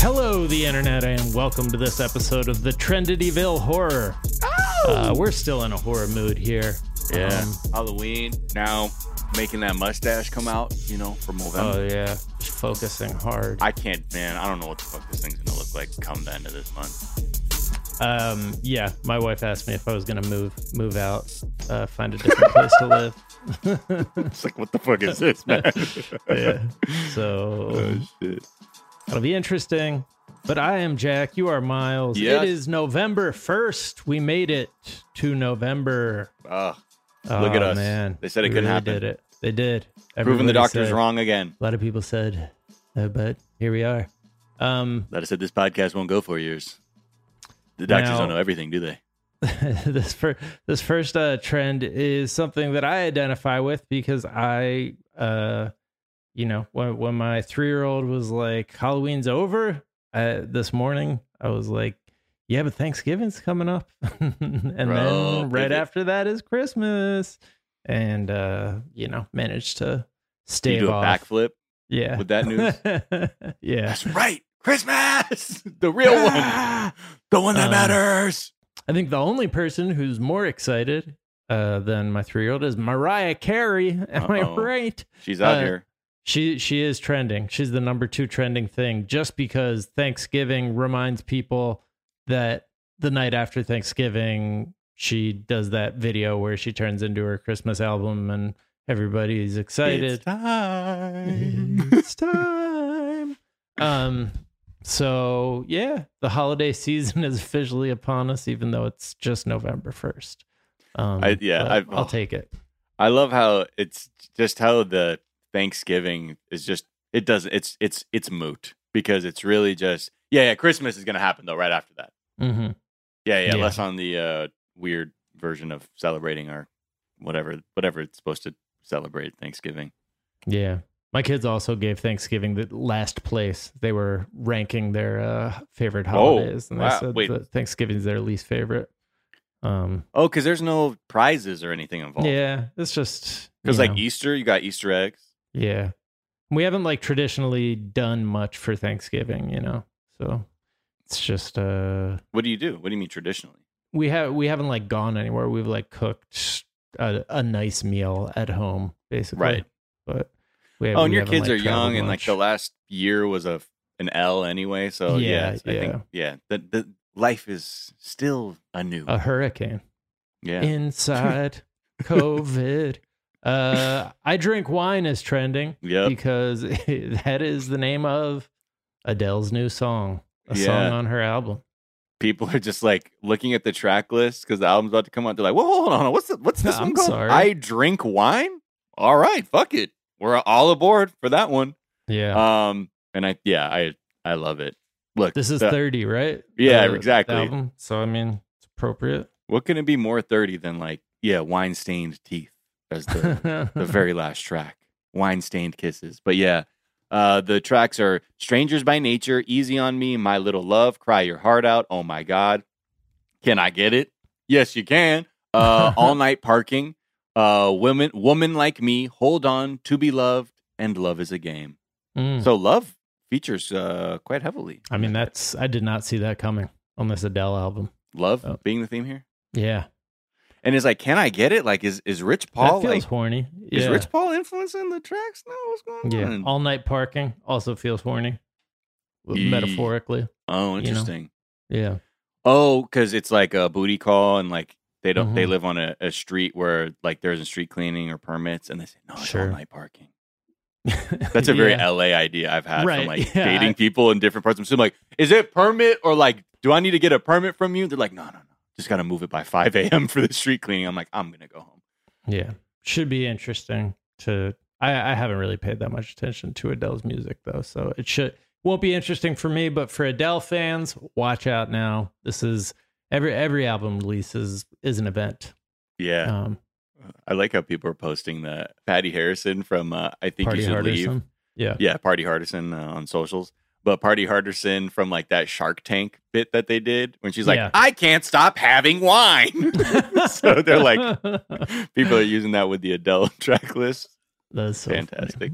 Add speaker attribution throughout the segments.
Speaker 1: Hello, the internet, and welcome to this episode of the Trendityville Horror. Uh, we're still in a horror mood here.
Speaker 2: Oh! Yeah.
Speaker 1: Um,
Speaker 2: Halloween. Now making that mustache come out, you know, from November.
Speaker 1: oh yeah, just focusing hard.
Speaker 2: I can't, man. I don't know what the fuck this thing's gonna look like come the end of this month.
Speaker 1: Um, yeah, my wife asked me if I was gonna move move out, uh, find a different place to live.
Speaker 2: It's like, what the fuck is this, man?
Speaker 1: Yeah. So
Speaker 2: oh shit.
Speaker 1: it'll be interesting. But I am Jack. You are Miles.
Speaker 2: Yes.
Speaker 1: It is November first. We made it to November.
Speaker 2: Ugh.
Speaker 1: Oh,
Speaker 2: Look at us.
Speaker 1: man.
Speaker 2: They said it
Speaker 1: We
Speaker 2: couldn't
Speaker 1: really
Speaker 2: happen.
Speaker 1: Did it? They did.
Speaker 2: Proving the
Speaker 1: Everybody
Speaker 2: doctor's
Speaker 1: said-
Speaker 2: wrong again.
Speaker 1: A lot of people said, uh, but here we are. Um,
Speaker 2: That I said this podcast won't go for years. The doctors
Speaker 1: Now-
Speaker 2: don't know everything, do they?
Speaker 1: this first this first uh, trend is something that I identify with because I, uh, you know, when when my three year old was like, "Halloween's over," I, this morning I was like, "Yeah, but Thanksgiving's coming up," and
Speaker 2: Bro,
Speaker 1: then right
Speaker 2: pivot.
Speaker 1: after that is Christmas, and uh, you know, managed to
Speaker 2: Do
Speaker 1: stave
Speaker 2: you do a
Speaker 1: off.
Speaker 2: backflip?
Speaker 1: yeah,
Speaker 2: with that
Speaker 1: news. yeah.
Speaker 2: That's right. Christmas! The real one. The one that
Speaker 1: Um,
Speaker 2: matters.
Speaker 1: I think the only person who's more excited uh, than my three-year-old is Mariah Carey. Am I
Speaker 2: Uh-oh.
Speaker 1: right?
Speaker 2: She's out
Speaker 1: uh,
Speaker 2: here.
Speaker 1: She she is trending. She's the number two trending thing, just because Thanksgiving reminds people that the night after Thanksgiving she does that video where she turns into her Christmas album and everybody's excited.
Speaker 2: It's time.
Speaker 1: It's time. um. So yeah, the holiday season is officially upon us, even though it's just November first. Um,
Speaker 2: I- yeah,
Speaker 1: but
Speaker 2: I've-
Speaker 1: I'll take it.
Speaker 2: I love how it's just how the Thanksgiving is just it doesn't it's it's it's moot because it's really just yeah yeah Christmas is gonna happen though right after that
Speaker 1: hmm
Speaker 2: yeah yeah,
Speaker 1: Yeah.
Speaker 2: less on the uh, weird version of celebrating our whatever whatever it's supposed to celebrate Thanksgiving
Speaker 1: Yeah, my kids also gave Thanksgiving the last place. They were ranking their uh, favorite holidays, and they
Speaker 2: Oh, wow.
Speaker 1: said
Speaker 2: Wait.
Speaker 1: that Thanksgiving's their least favorite. Um.
Speaker 2: oh because there's no prizes or anything involved
Speaker 1: Yeah, it's just
Speaker 2: because
Speaker 1: you
Speaker 2: Oh. like
Speaker 1: know.
Speaker 2: Easter you got Easter eggs
Speaker 1: Yeah. We haven't like traditionally done much for Thanksgiving, you know. So it's just uh
Speaker 2: what do you do what do you mean traditionally
Speaker 1: we have we haven't like gone anywhere. We've like cooked a, a nice meal at home basically.
Speaker 2: Right.
Speaker 1: But we
Speaker 2: oh and
Speaker 1: we
Speaker 2: your
Speaker 1: haven't,
Speaker 2: kids
Speaker 1: like,
Speaker 2: are young
Speaker 1: traveled
Speaker 2: and like
Speaker 1: much.
Speaker 2: the last year was a an L anyway so yeah,
Speaker 1: Yeah, Uh,
Speaker 2: I think yeah the the life is still anew
Speaker 1: a hurricane
Speaker 2: yeah.
Speaker 1: inside COVID. Uh I drink wine is trending
Speaker 2: Yep.
Speaker 1: because that is the name of Adele's new song, a
Speaker 2: Yeah.
Speaker 1: song on her album.
Speaker 2: People are just like looking at the track list because the album's about to come out. They're like, "Whoa, hold on, what's the, what's this
Speaker 1: I'm
Speaker 2: one called?
Speaker 1: sorry.
Speaker 2: I drink wine. All right, fuck it, we're all aboard for that one."
Speaker 1: Yeah.
Speaker 2: Um, and I, yeah, I, I love it. Look,
Speaker 1: This is
Speaker 2: the-
Speaker 1: 30, right?
Speaker 2: Yeah,
Speaker 1: The- the
Speaker 2: exactly.
Speaker 1: album. So, I mean, it's appropriate.
Speaker 2: What can it be more thirty than like, yeah, wine stained teeth as the the very last track, wine stained kisses. But yeah, uh, the tracks are "Strangers by Nature," "Easy on Me," "My Little Love," "Cry Your Heart Out," "Oh My God," "Can I Get It?" Yes, you can. Uh, "All Night Parking," uh, "Women," "Woman Like Me," "Hold On," "To Be Loved," and "Love Is a Game."
Speaker 1: Mm.
Speaker 2: So love features uh, quite heavily.
Speaker 1: I mean, that's, I did not see that coming on this Adele album.
Speaker 2: love
Speaker 1: Oh.
Speaker 2: being the theme here.
Speaker 1: Yeah.
Speaker 2: And it's like, can I get it? Like, is is Rich Paul
Speaker 1: that feels
Speaker 2: like?
Speaker 1: horny.
Speaker 2: Is
Speaker 1: Yeah.
Speaker 2: Rich Paul influencing the tracks now? What's going
Speaker 1: yeah.
Speaker 2: on?
Speaker 1: All night parking also feels horny,
Speaker 2: Yee.
Speaker 1: metaphorically.
Speaker 2: Oh,
Speaker 1: you know.
Speaker 2: interesting.
Speaker 1: Yeah.
Speaker 2: Oh, because it's like a booty call, and like they don't they
Speaker 1: Mhm.
Speaker 2: live on a, a street where like there isn't street cleaning or permits, and they say no, it's
Speaker 1: Sure.
Speaker 2: all night parking. That's a very
Speaker 1: Yeah.
Speaker 2: LA idea I've had from
Speaker 1: Right,
Speaker 2: like
Speaker 1: yeah,
Speaker 2: dating
Speaker 1: I-
Speaker 2: people in different parts of the city. Like, is it permit or like do I need to get a permit from you? They're like, no, no, no, just gotta move it by five a.m. for the street cleaning. I'm like, I'm gonna go home.
Speaker 1: Yeah. Should be interesting to, I, I haven't really paid that much attention to Adele's music, though. So it should, won't be interesting for me, but for Adele fans, watch out now. This is every, every album release is, is an event.
Speaker 2: Yeah,
Speaker 1: Um,
Speaker 2: I like how people are posting the Patty Harrison from uh, I think
Speaker 1: Party
Speaker 2: you should
Speaker 1: Hard or
Speaker 2: leave.
Speaker 1: something. Yeah.
Speaker 2: yeah, Party Hardison uh, on socials. But Party Hardison from like that Shark Tank bit that they did when she's like,
Speaker 1: Yeah.
Speaker 2: I can't stop having wine. so they're like, people are using that with the Adele track list.
Speaker 1: that's so funny.
Speaker 2: Fantastic.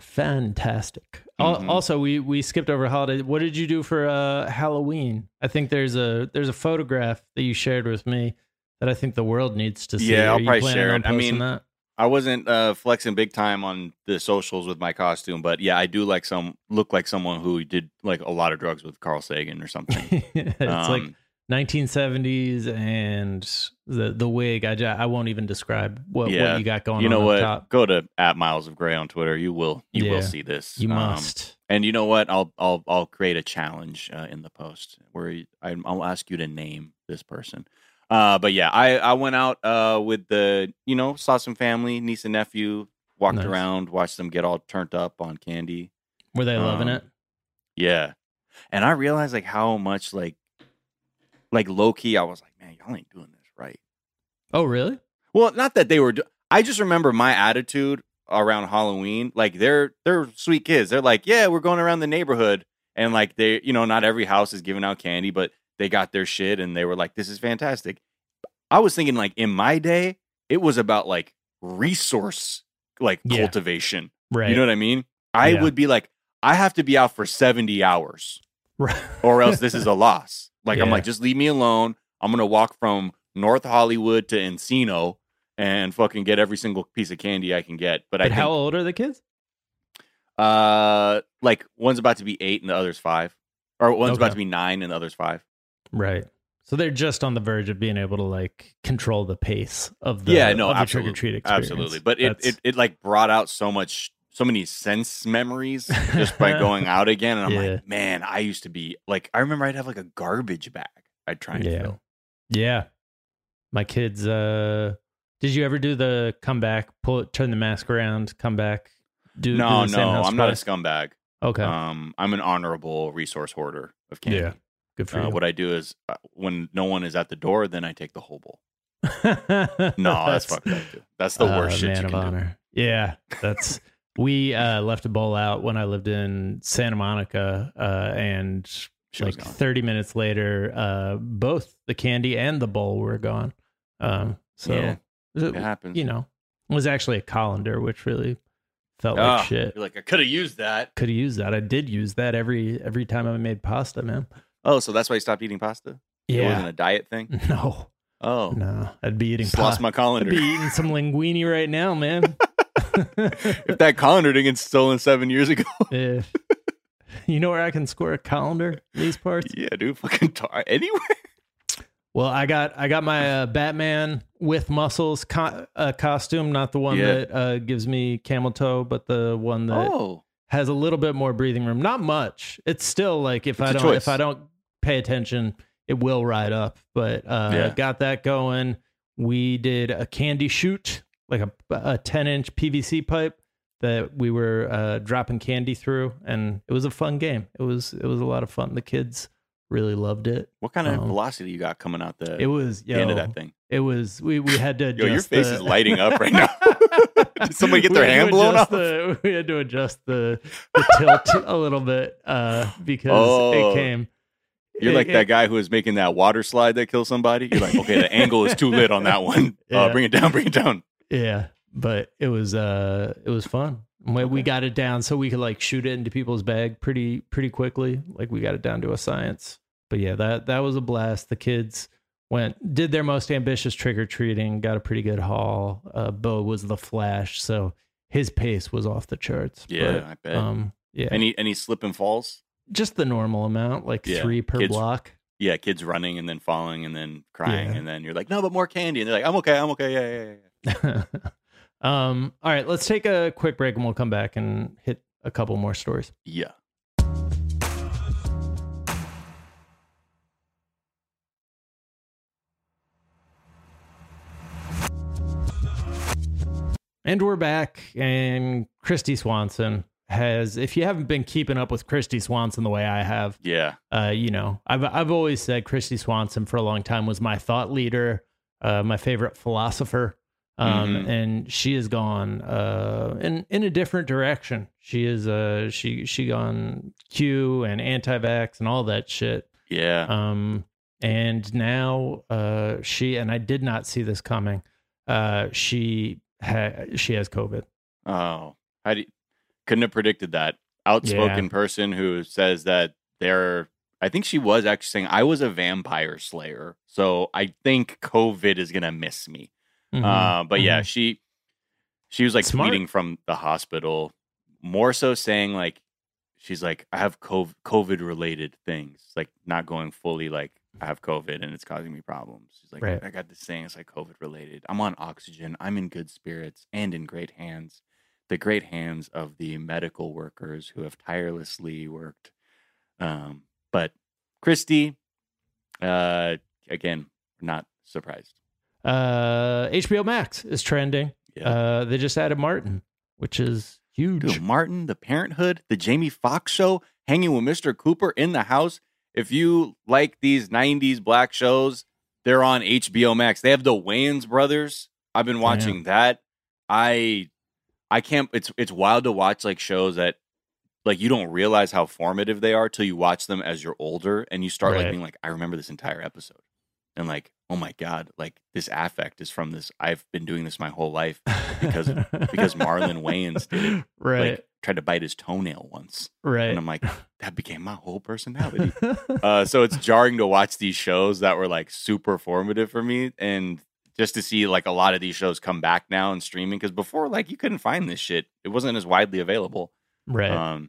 Speaker 1: Fantastic. Al-
Speaker 2: Mhm.
Speaker 1: Also, we we skipped over holiday. What did you do for uh, Halloween? I think there's a there's a photograph that you shared with me that I think the world needs to see.
Speaker 2: Yeah, I'll
Speaker 1: Are you
Speaker 2: probably
Speaker 1: planning
Speaker 2: share
Speaker 1: on
Speaker 2: it. I
Speaker 1: posting
Speaker 2: mean,
Speaker 1: that?
Speaker 2: I wasn't uh, flexing big time on the socials with my costume, but yeah, I do like some look like someone who did like a lot of drugs with Carl Sagan or something.
Speaker 1: it's like
Speaker 2: Um,
Speaker 1: 1970s and the the wig. I, ju- I won't even describe what,
Speaker 2: Yeah.
Speaker 1: what you got going.
Speaker 2: Um, you know
Speaker 1: on up
Speaker 2: what?
Speaker 1: Top.
Speaker 2: Go to at Miles of Gray on Twitter. You will you
Speaker 1: Yeah.
Speaker 2: will see this.
Speaker 1: You
Speaker 2: Um,
Speaker 1: must.
Speaker 2: And you know what? I'll I'll I'll create a challenge uh, in the post where you- I'm- I'll ask you to name this person. Uh, but yeah, I I went out uh with the you know saw some family, niece and nephew, walked
Speaker 1: Nice.
Speaker 2: around, watched them get all turned up on candy.
Speaker 1: Were they loving
Speaker 2: um,
Speaker 1: it?
Speaker 2: Yeah, and I realized like how much like like low key I was like, man, y'all ain't doing this right.
Speaker 1: Oh, really?
Speaker 2: Well, not that they were. Do- I just remember my attitude around Halloween. Like they're they're sweet kids. They're like, yeah, we're going around the neighborhood, and like they, you know, not every house is giving out candy, but they got their shit, and they were like, this is fantastic. I was thinking like in my day, it was about like resource like
Speaker 1: Yeah.
Speaker 2: cultivation.
Speaker 1: Right.
Speaker 2: You know what I mean? I
Speaker 1: Yeah.
Speaker 2: would be like, I have to be out for seventy hours
Speaker 1: right.
Speaker 2: or else this is a loss. Like I'm
Speaker 1: Yeah.
Speaker 2: like, just leave me alone. I'm gonna walk from North Hollywood to Encino and fucking get every single piece of candy I can get. But, I
Speaker 1: But
Speaker 2: think,
Speaker 1: how old are the kids?
Speaker 2: uh, like one's about to be eight and the other's five, or one's about
Speaker 1: Okay.
Speaker 2: to be nine and the other's five.
Speaker 1: Right. So they're just on the verge of being able to like control the pace of the
Speaker 2: Yeah, no,
Speaker 1: of the
Speaker 2: absolutely.
Speaker 1: trick-or-treat experience.
Speaker 2: Absolutely, but it,
Speaker 1: That's-
Speaker 2: it it like brought out so much, so many sense memories just by going out again. And I'm
Speaker 1: Yeah.
Speaker 2: like, man, I used to be like, I remember I'd have like a garbage bag. I'd try and
Speaker 1: Yeah.
Speaker 2: fill.
Speaker 1: yeah. My kids. Uh, did you ever do the come back? Pull, turn the mask around, come back. Do do
Speaker 2: no,
Speaker 1: the same
Speaker 2: no,
Speaker 1: house
Speaker 2: I'm not a
Speaker 1: twice?
Speaker 2: scumbag.
Speaker 1: okay.
Speaker 2: Um, I'm an honorable resource hoarder of candy.
Speaker 1: yeah. Good for
Speaker 2: Uh,
Speaker 1: you.
Speaker 2: what I do is uh, when no one is at the door, then I take the whole bowl. No,
Speaker 1: no,
Speaker 2: that's, fucked up. Too. That's the worst
Speaker 1: Oh,
Speaker 2: shit
Speaker 1: Uh, man
Speaker 2: you
Speaker 1: of
Speaker 2: can do.
Speaker 1: honor. Yeah, that's we uh, left a bowl out when I lived in Santa Monica, uh, and
Speaker 2: She was
Speaker 1: like
Speaker 2: gone.
Speaker 1: 30 minutes later, uh, both the candy and the bowl were gone. Um, so
Speaker 2: Yeah,
Speaker 1: it-
Speaker 2: It happens.
Speaker 1: you know, it was actually a colander, which really felt like
Speaker 2: Ah,
Speaker 1: shit.
Speaker 2: You're like I could have used that.
Speaker 1: Could have used that. I did use that every every time I made pasta, man.
Speaker 2: Oh, so that's why you stopped eating pasta. It wasn't
Speaker 1: Yeah,
Speaker 2: a diet thing.
Speaker 1: no,
Speaker 2: Oh,
Speaker 1: no, I'd be eating
Speaker 2: just lost
Speaker 1: pasta.
Speaker 2: my
Speaker 1: I'd
Speaker 2: colander.
Speaker 1: be eating some linguine right now, man.
Speaker 2: if that colander didn't get stolen seven years ago,
Speaker 1: Yeah. you know where I can score a calendar these parts?
Speaker 2: yeah, dude, fucking tar- anywhere.
Speaker 1: Well, I got I got my uh, Batman with muscles co- uh, costume, not the one
Speaker 2: Yeah.
Speaker 1: that uh, gives me camel toe, but the one that
Speaker 2: Oh,
Speaker 1: has a little bit more breathing room. Not much. It's still like if
Speaker 2: It's
Speaker 1: I
Speaker 2: a
Speaker 1: don't
Speaker 2: choice.
Speaker 1: if I don't pay attention, it will ride up. But uh,
Speaker 2: Yeah.
Speaker 1: got that going. We did a candy shoot, like a a ten inch PVC pipe that we were uh, dropping candy through, and it was a fun game. It was it was a lot of fun. The kids really loved it.
Speaker 2: what kind of
Speaker 1: Um,
Speaker 2: velocity you got coming out the,
Speaker 1: It was
Speaker 2: the
Speaker 1: yo,
Speaker 2: end of that thing?
Speaker 1: it was we we had to.
Speaker 2: Yo, your
Speaker 1: adjust
Speaker 2: face
Speaker 1: the-
Speaker 2: is lighting up right now. Did somebody get
Speaker 1: We
Speaker 2: their
Speaker 1: had to
Speaker 2: hand blown
Speaker 1: adjust
Speaker 2: off?
Speaker 1: the- we had to adjust the, the tilt a little bit uh, because
Speaker 2: Oh.
Speaker 1: it came.
Speaker 2: You're
Speaker 1: it-
Speaker 2: like that
Speaker 1: it-
Speaker 2: guy who was making that water slide that kills somebody. You're like, okay, the angle is too lit on that one. Uh,
Speaker 1: Yeah.
Speaker 2: bring it down, bring it down.
Speaker 1: Yeah, but it was uh, it was fun. We, we
Speaker 2: Okay.
Speaker 1: got it down so we could like shoot it into people's bag pretty pretty quickly. Like we got it down to a science. But yeah, that that was a blast. The kids went did their most ambitious trick or treating. Got a pretty good haul. Uh, Bo was the flash, so his pace was off the charts.
Speaker 2: Yeah, I
Speaker 1: but,
Speaker 2: bet.
Speaker 1: um, yeah.
Speaker 2: any any slip and falls?
Speaker 1: just the normal amount, like
Speaker 2: Yeah,
Speaker 1: three per
Speaker 2: kids-
Speaker 1: block.
Speaker 2: Yeah, kids running and then falling and then crying
Speaker 1: Yeah.
Speaker 2: and then you're like, no, but more candy. And they're like, I'm okay, I'm okay. Yeah, yeah, yeah.
Speaker 1: um, all right, let's take a quick break and we'll come back and hit a couple more stories.
Speaker 2: Yeah.
Speaker 1: And we're back. And Christy Swanson has, if you haven't been keeping up with Christy Swanson the way I have,
Speaker 2: Yeah.
Speaker 1: uh, you know, I've I've always said Christy Swanson for a long time was my thought leader, uh, my favorite philosopher. Um,
Speaker 2: Mhm.
Speaker 1: and she has gone uh in in a different direction. She is uh she she gone Q and anti-vax and all that shit.
Speaker 2: Yeah.
Speaker 1: Um, and now uh, she and I did not see this coming. Uh, she ha- she has COVID.
Speaker 2: oh. How do you, couldn't have predicted that. Outspoken person who says that they're. I think she was actually saying I was a vampire slayer, so I think COVID is gonna miss me.
Speaker 1: Mm-hmm.
Speaker 2: Uh, but yeah, she she was like
Speaker 1: Smart.
Speaker 2: tweeting from the hospital, more so saying like she's like I have COVID related things, like not going fully like I have COVID and it's causing me problems. She's like
Speaker 1: Right.
Speaker 2: I got this thing, it's like COVID related. I'm on oxygen. I'm in good spirits and in great hands. The great hands of the medical workers who have tirelessly worked. Um, but Christy, uh, again, not surprised.
Speaker 1: uh, HBO Max is trending.
Speaker 2: Yeah.
Speaker 1: Uh, they just added Martin, which is huge.
Speaker 2: Dude, Martin, The Parenthood, The Jamie Foxx Show, Hanging with Mr. Cooper in the House. If you like these 90s black shows, they're on HBO Max. They have the Wayans brothers. I've been watching that. I I can't it's it's wild to watch like shows that like you don't realize how formative they are till you watch them as you're older and you start like
Speaker 1: Right.
Speaker 2: being like I remember this entire episode. And like, oh my god, like this affect is from this I've been doing this my whole life because- because Marlon Wayans did it.
Speaker 1: Right,
Speaker 2: like tried to bite his toenail once and
Speaker 1: right.
Speaker 2: i'm like that became my whole personality uh, so it's jarring to watch these shows that were like super formative for me and just to see like a lot of these shows come back now and streaming because before like you couldn't find this shit it wasn't as widely available
Speaker 1: right.
Speaker 2: um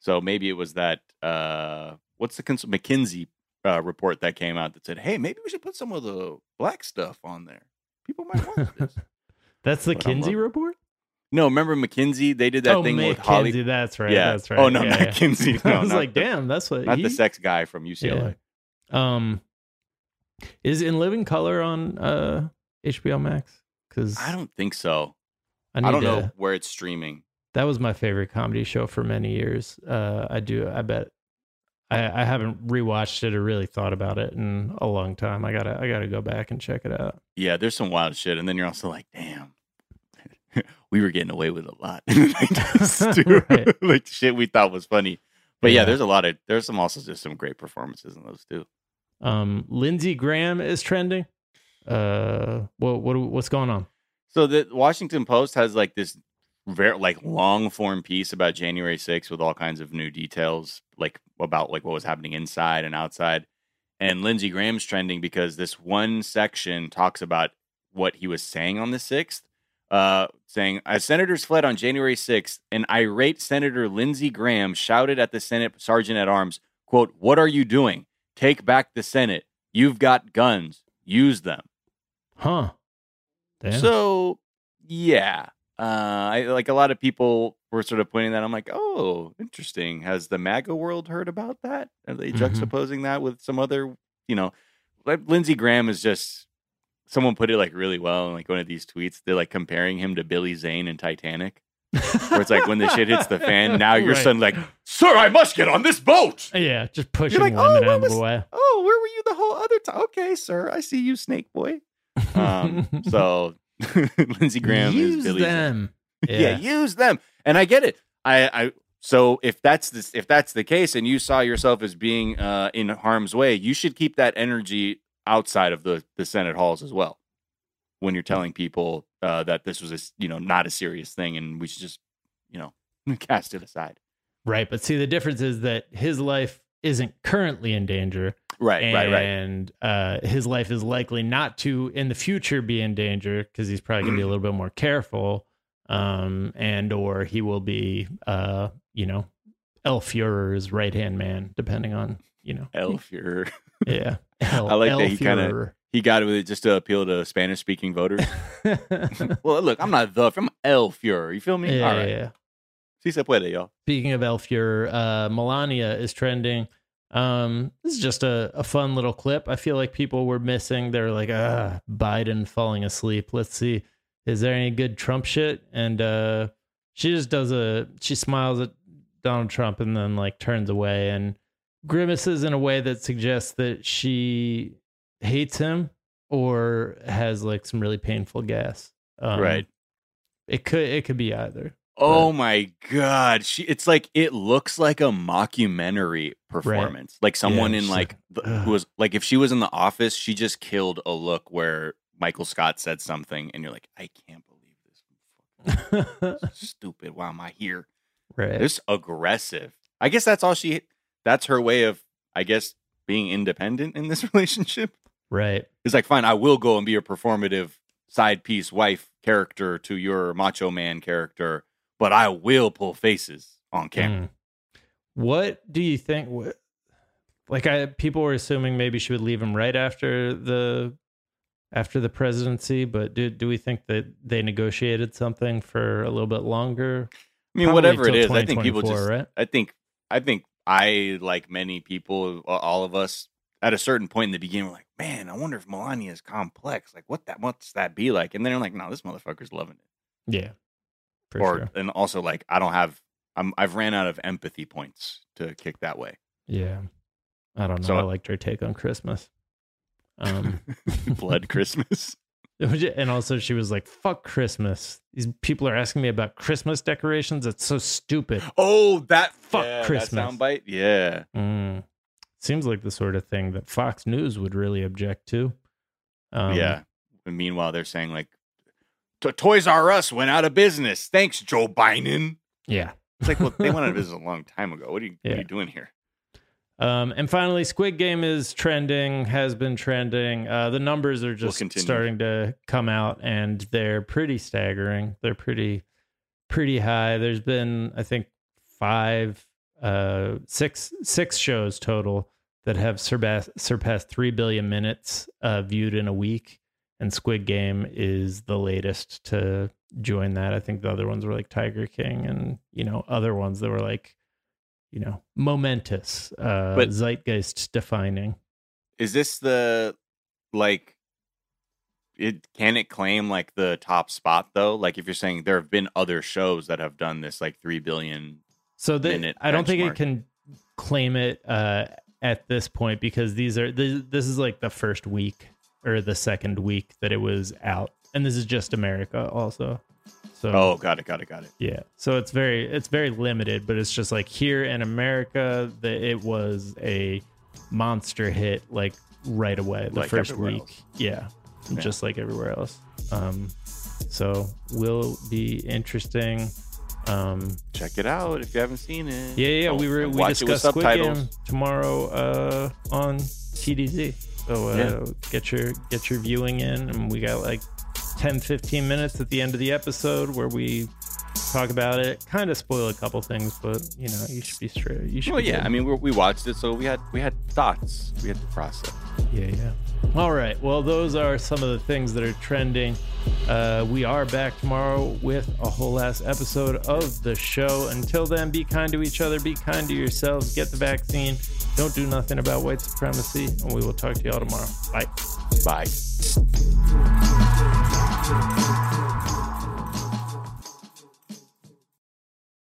Speaker 2: so maybe it was that uh what's the cons- mckinsey uh, report that came out that said hey maybe we should put some of the black stuff on there people might want this
Speaker 1: That's the
Speaker 2: but I'm
Speaker 1: Kinsey
Speaker 2: loving-
Speaker 1: report.
Speaker 2: no remember mckinsey they did that
Speaker 1: oh,
Speaker 2: thing with
Speaker 1: McKinsey,
Speaker 2: holly
Speaker 1: That's right.
Speaker 2: yeah.
Speaker 1: That's right.
Speaker 2: Oh no,
Speaker 1: yeah,
Speaker 2: not
Speaker 1: yeah.
Speaker 2: Kinsey. No,
Speaker 1: I was
Speaker 2: not
Speaker 1: like,
Speaker 2: the,
Speaker 1: damn, that's what.
Speaker 2: Not
Speaker 1: he,
Speaker 2: the sex guy from UCLA.
Speaker 1: Yeah. Um, is In Living Color on uh HBO Max? Because
Speaker 2: I don't think so.
Speaker 1: I, need
Speaker 2: I don't
Speaker 1: to-
Speaker 2: know where it's streaming.
Speaker 1: That was my favorite comedy show for many years. Uh, I do. I bet. I, I haven't rewatched it or really thought about it in a long time. I gotta. I gotta go back and check it out.
Speaker 2: Yeah, there's some wild shit, and then you're also like, damn, we were getting away with a lot in the 90s, too.
Speaker 1: Right.
Speaker 2: like shit we thought was funny. But yeah,
Speaker 1: Yeah.
Speaker 2: there's a lot of there's some also just some great performances in those too.
Speaker 1: Um, Lindsey Graham is trending. Uh, what what what's going on?
Speaker 2: So the Washington Post has like this very like long form piece about January 6th with all kinds of new details, like about like what was happening inside and outside. And Lindsey Graham's trending because this one section talks about what he was saying on the 6th, uh, saying, as senators fled on January 6th, an irate Senator Lindsey Graham shouted at the Senate sergeant at arms, quote, what are you doing? Take back the Senate. You've got guns. Use them.
Speaker 1: Huh? Damn.
Speaker 2: So yeah, uh, I like a lot of people were sort of pointing that. I'm like, oh, interesting. Has the MAGA world heard about that? Are they
Speaker 1: Mhm.
Speaker 2: juxtaposing that with some other, you know, like Lindsey Graham is just someone put it like really well in like one of these tweets. They're like comparing him to Billy Zane in Titanic, where it's like when the shit hits the fan, now you're
Speaker 1: Right.
Speaker 2: suddenly like, sir, I must get on this boat.
Speaker 1: Yeah, just pushing women
Speaker 2: like, "Oh,
Speaker 1: out
Speaker 2: what
Speaker 1: of the
Speaker 2: was-
Speaker 1: way.
Speaker 2: Oh, where were you the whole other time? Okay, sir, I see you, Snake Boy. Um, so Lindsey Graham
Speaker 1: Use
Speaker 2: is Billy Zane.
Speaker 1: them.
Speaker 2: yeah. use them and i get it i i so if that's this if that's the case and you saw yourself as being uh in harm's way you should keep that energy outside of the the senate halls as well when you're telling people uh that this was a s- you know not a serious thing and we should just you know cast it aside
Speaker 1: Right. But see, the difference is that his life isn't currently in danger.
Speaker 2: right
Speaker 1: And,
Speaker 2: right right
Speaker 1: uh, his life is likely not to in the future be in danger because he's probably going to be a little bit more careful. Um, and or he will be, uh, you know, El Fuhrer's right hand man, depending on, you know.
Speaker 2: elf you're
Speaker 1: Yeah. El,
Speaker 2: I like
Speaker 1: El
Speaker 2: that he kinda-
Speaker 1: Fuhrer.
Speaker 2: he got it with it just to appeal to spanish speaking voters well look i'm not the i'm el fuhrer you feel me
Speaker 1: yeah,
Speaker 2: all right
Speaker 1: yeah.
Speaker 2: si se puede y'all
Speaker 1: Speaking of Elfier, uh, Melania is trending. Um, this is just a, a fun little clip. I feel like people were missing. They're like, ah, Biden falling asleep. Let's see. Is there any good Trump shit? And uh, she just does a, she smiles at Donald Trump and then like turns away and grimaces in a way that suggests that she hates him or has like some really painful gas. Um,
Speaker 2: Right.
Speaker 1: It could, it could be either.
Speaker 2: Oh my god, she it's like it looks like a mockumentary performance. Like someone in
Speaker 1: she's
Speaker 2: like,
Speaker 1: like,
Speaker 2: the,
Speaker 1: "Ugh."
Speaker 2: who was like if she was in the office, she just killed a look where Michael Scott said something and you're like, I can't believe this. is stupid. Why am I here?
Speaker 1: Right.
Speaker 2: It's aggressive. I guess that's all she. That's her way of, I guess, being independent in this relationship.
Speaker 1: right.
Speaker 2: It's like, fine, I will go and be a performative side piece wife character to your macho man character, but I will pull faces on camera.
Speaker 1: Mm. What do you think? wh- Like, I people were assuming maybe she would leave him right after the after the presidency, but do do we think that they negotiated something for a little bit longer?
Speaker 2: I mean,
Speaker 1: Probably
Speaker 2: whatever it
Speaker 1: till
Speaker 2: is, I think people
Speaker 1: 2024,
Speaker 2: just.
Speaker 1: right.
Speaker 2: I think. I think I like many people, a- all of us, at a certain point in the beginning, we're like, man, I wonder if Melania is complex. Like, what that what's that be like? And then I'm like, no, this motherfucker's loving it.
Speaker 1: Yeah, for
Speaker 2: or
Speaker 1: sure.
Speaker 2: and also like I don't have. I'm I've ran out of empathy points to kick that way.
Speaker 1: Yeah, I don't know.
Speaker 2: So-
Speaker 1: I liked her take on Christmas. Um,
Speaker 2: Blood Christmas.
Speaker 1: and also she was like, "Fuck Christmas." These people are asking me about Christmas decorations. That's so stupid.
Speaker 2: Oh, that
Speaker 1: Fuck
Speaker 2: yeah,
Speaker 1: Christmas.
Speaker 2: That soundbite. Yeah.
Speaker 1: Mm. Seems like the sort of thing that Fox News would really object to. Um,
Speaker 2: yeah. And meanwhile, they're saying like, "To- Toys R Us went out of business. Thanks, Joe Biden.
Speaker 1: Yeah.
Speaker 2: It's like, well, they went out of business a long time ago. What are you, what
Speaker 1: Yeah.
Speaker 2: are you doing here?
Speaker 1: Um, and finally, Squid Game is trending, has been trending. Uh, the numbers are just
Speaker 2: continue.
Speaker 1: starting to come out, and they're pretty staggering. They're pretty, pretty high. There's been, I think, five, uh, six, six shows total that have surpassed surpassed three billion minutes uh, viewed in a week, and Squid Game is the latest to join that. I think the other ones were like Tiger King and you know other ones that were like you know momentous, uh,
Speaker 2: But-
Speaker 1: zeitgeist defining.
Speaker 2: Is this the like? It can it claim like the top spot though? Like if you're saying there have been other shows that have done this like three billion.
Speaker 1: So they,
Speaker 2: Minute
Speaker 1: I don't think
Speaker 2: benchmark.
Speaker 1: it can claim it uh, at this point because these are this, this is like the first week or the second week that it was out, and this is just America also. So
Speaker 2: Oh, got it, got it, got it.
Speaker 1: Yeah. So it's very it's very limited, but it's just like here in America that it was a monster hit like right away the
Speaker 2: Like
Speaker 1: first
Speaker 2: everywhere
Speaker 1: week.
Speaker 2: else.
Speaker 1: Yeah.
Speaker 2: Yeah.
Speaker 1: Just like everywhere else. Um so will be interesting. Um
Speaker 2: Check it out if you haven't seen it.
Speaker 1: yeah, yeah,
Speaker 2: Oh,
Speaker 1: we were
Speaker 2: and
Speaker 1: we
Speaker 2: watch it with
Speaker 1: discussed Squid
Speaker 2: subtitles.
Speaker 1: Game tomorrow uh on TDZ. So uh, get your get your viewing in and we got like 10 15 minutes at the end of the episode where we talk about it, kind of spoil a couple things, but you know, you should be straight. You should
Speaker 2: Well,
Speaker 1: be
Speaker 2: yeah.
Speaker 1: good.
Speaker 2: I mean, we we watched it, so we had we had thoughts. We had to process.
Speaker 1: Yeah, yeah. All right. Well, those are some of the things that are trending. Uh, we are back tomorrow with a whole last episode of the show. Until then, be kind to each other, be kind to yourselves, get the vaccine, don't do nothing about white supremacy, and we will talk to y'all tomorrow. Bye.
Speaker 2: Bye.